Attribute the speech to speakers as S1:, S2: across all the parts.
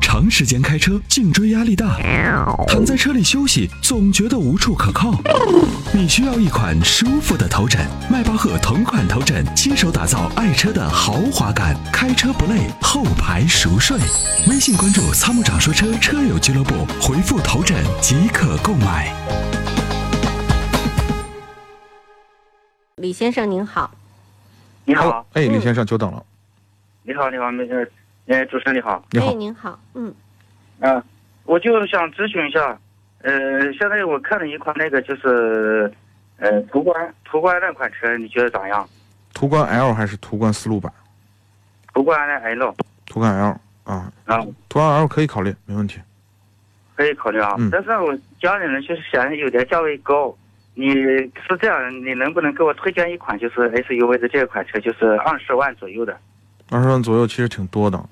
S1: 长时间开车，颈椎压力大，躺在车里休息总觉得无处可靠。你需要一款舒服的头枕，迈巴赫同款头枕，亲手打造爱车的豪华感，开车不累，后排熟睡。微信关注“参谋长说车”车友俱乐部，回复“头枕”即可购买。
S2: 李先生您好，
S3: 你好，
S4: 哎，李先生久等了。
S3: 你好，你好，没事。哎，主持人你好，
S4: 你好
S2: 哎，，您好，嗯，
S4: 啊
S3: 嗯、我就想咨询一下，呃，现在我看了一款那个就是，呃，途观途观那款车，你觉得咋样？
S4: 途观 L 还是途观思路版？
S3: 途观那 L
S4: 途观 L 啊，
S3: 啊，
S4: 途观 L 可以考虑，没问题。
S3: 可以考虑啊。
S4: 嗯
S3: 但是我家里人就是嫌有点价位高，你是这样，你能不能给我推荐一款就是 SUV 的这款车，就是二十万左右的？
S4: 二十万左右其实挺多的。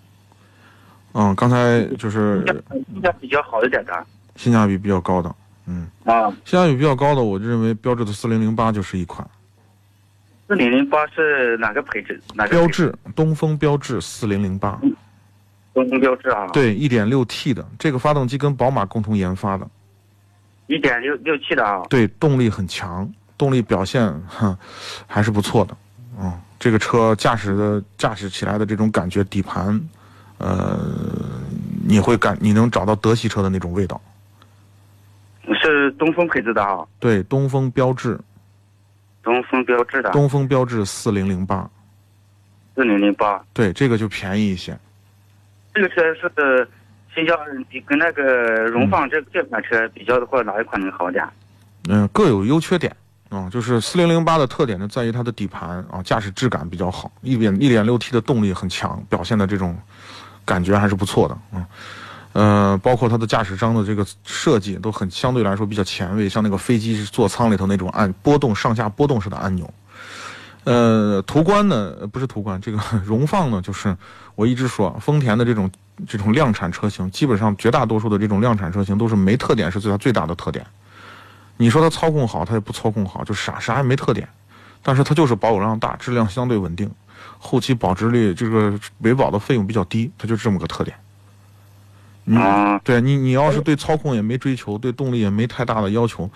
S4: 嗯，刚才就是
S3: 性价比较好一点的
S4: 性价比比较高的，嗯，
S3: 啊，
S4: 性价比比较高的，我就认为标致的四零零八就是一款。
S3: 四零零八是哪个配置？哪个配
S4: 标
S3: 置？
S4: 致东风标致四零零八，
S3: 东风标致啊，，
S4: 对，一点六 T 的，这个发动机跟宝马共同研发的，
S3: 一点六六七的啊，
S4: 对，动力很强，动力表现哼还是不错的。嗯，这个车驾驶的驾驶起来的这种感觉，底盘，呃，你会感你能找到德系车的那种味道。
S3: 是东风配置的啊，
S4: 对，东风标致，
S3: 东风标致的
S4: 东风标致四零零八，
S3: 四零零八，
S4: 对，这个就便宜一些。
S3: 这个车是性价比跟那个荣放这这款车比较的话，哪一款能好点？
S4: 嗯，各有优缺点啊、就是四零零八的特点呢，在于它的底盘啊，驾驶质感比较好，一点一点六 T 的动力很强，表现的这种感觉还是不错的啊。呃，包括它的驾驶舱的这个设计都很相对来说比较前卫，像那个飞机座舱里头那种按波动上下波动式的按钮。呃，途观呢呃不是途观，这个荣放呢，就是我一直说丰田的这种这种量产车型，基本上绝大多数的这种量产车型都是没特点，是最它最大的特点。你说它操控好，它也不操控好，就啥啥也没特点，但是它就是保有量大，质量相对稳定，后期保值率这个维保的费用比较低，它就是这么个特点。你
S3: 啊
S4: 对你，你要是对操控也没追求，对动力也没太大的要求，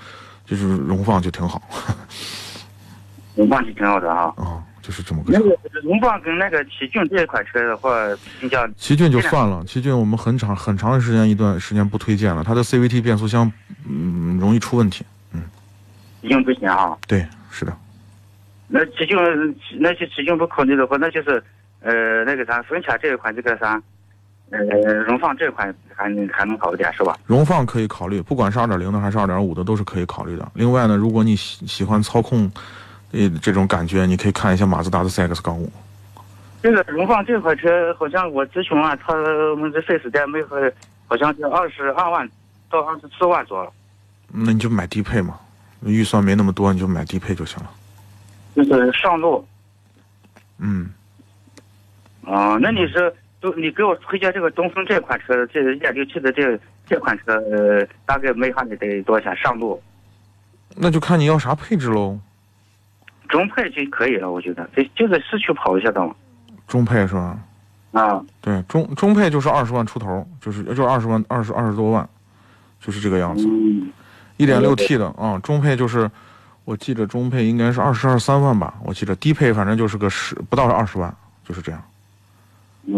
S4: 就是荣放就挺好
S3: 荣放是挺好的啊。
S4: 啊，就是这么个
S3: 那
S4: 情况。
S3: 个荣放跟那个奇骏这一款车的话，性价
S4: 奇骏就算了，奇骏我们很长很长时间一段时间不推荐了，它的 CVT 变速箱嗯容易出问题。
S3: 比较不行啊。
S4: 对，是的，
S3: 那奇骏，那就奇骏不考虑的话，那就是呃那个啥，丰田这一款这个啥，呃荣放这一款还能还能好一点是吧？
S4: 荣放可以考虑，不管是二点零的还是二点五的都是可以考虑的。另外呢，如果你喜喜欢操控，呃这种感觉，你可以看一下马自达的 CX 杠五。
S3: 这个荣放这款车好像我咨询啊，他们这 4S 店没和，好像是二十二万到二十四万左右。
S4: 那你就买低配嘛，预算没那么多，你就买低配就行了。
S3: 就是上路
S4: 嗯，
S3: 啊、那你是都你给我推荐这个东风这款车，这一点六七的这这款车，呃，大概没看你得多少钱？上路
S4: 那就看你要啥配置喽。
S3: 中配就可以了，我觉得，就就是市区跑一下的嘛。
S4: 中配是吧？
S3: 啊，
S4: 对，中中配就是二十万出头，就是就是二十万二十二十多万，就是这个样子。
S3: 嗯，
S4: 一点六 T 的啊、中配就是，我记着中配应该是二十二三万吧，我记着低配反正就是个十不到二十万，就是这样。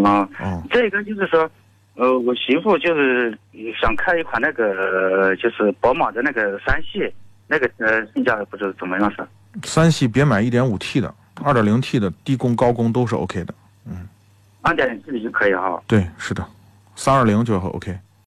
S3: 啊，
S4: 哦，
S3: 这个就是说，呃，我媳妇就是想开一款那个，呃就是宝马的那个三系，那个呃，性价比不知道怎么样是？
S4: 三系别买一点五 T 的，二点零 T 的低功高功都是 OK 的。
S3: 二点零 T 的就可以哈。
S4: 对，是的，三二零就 OK。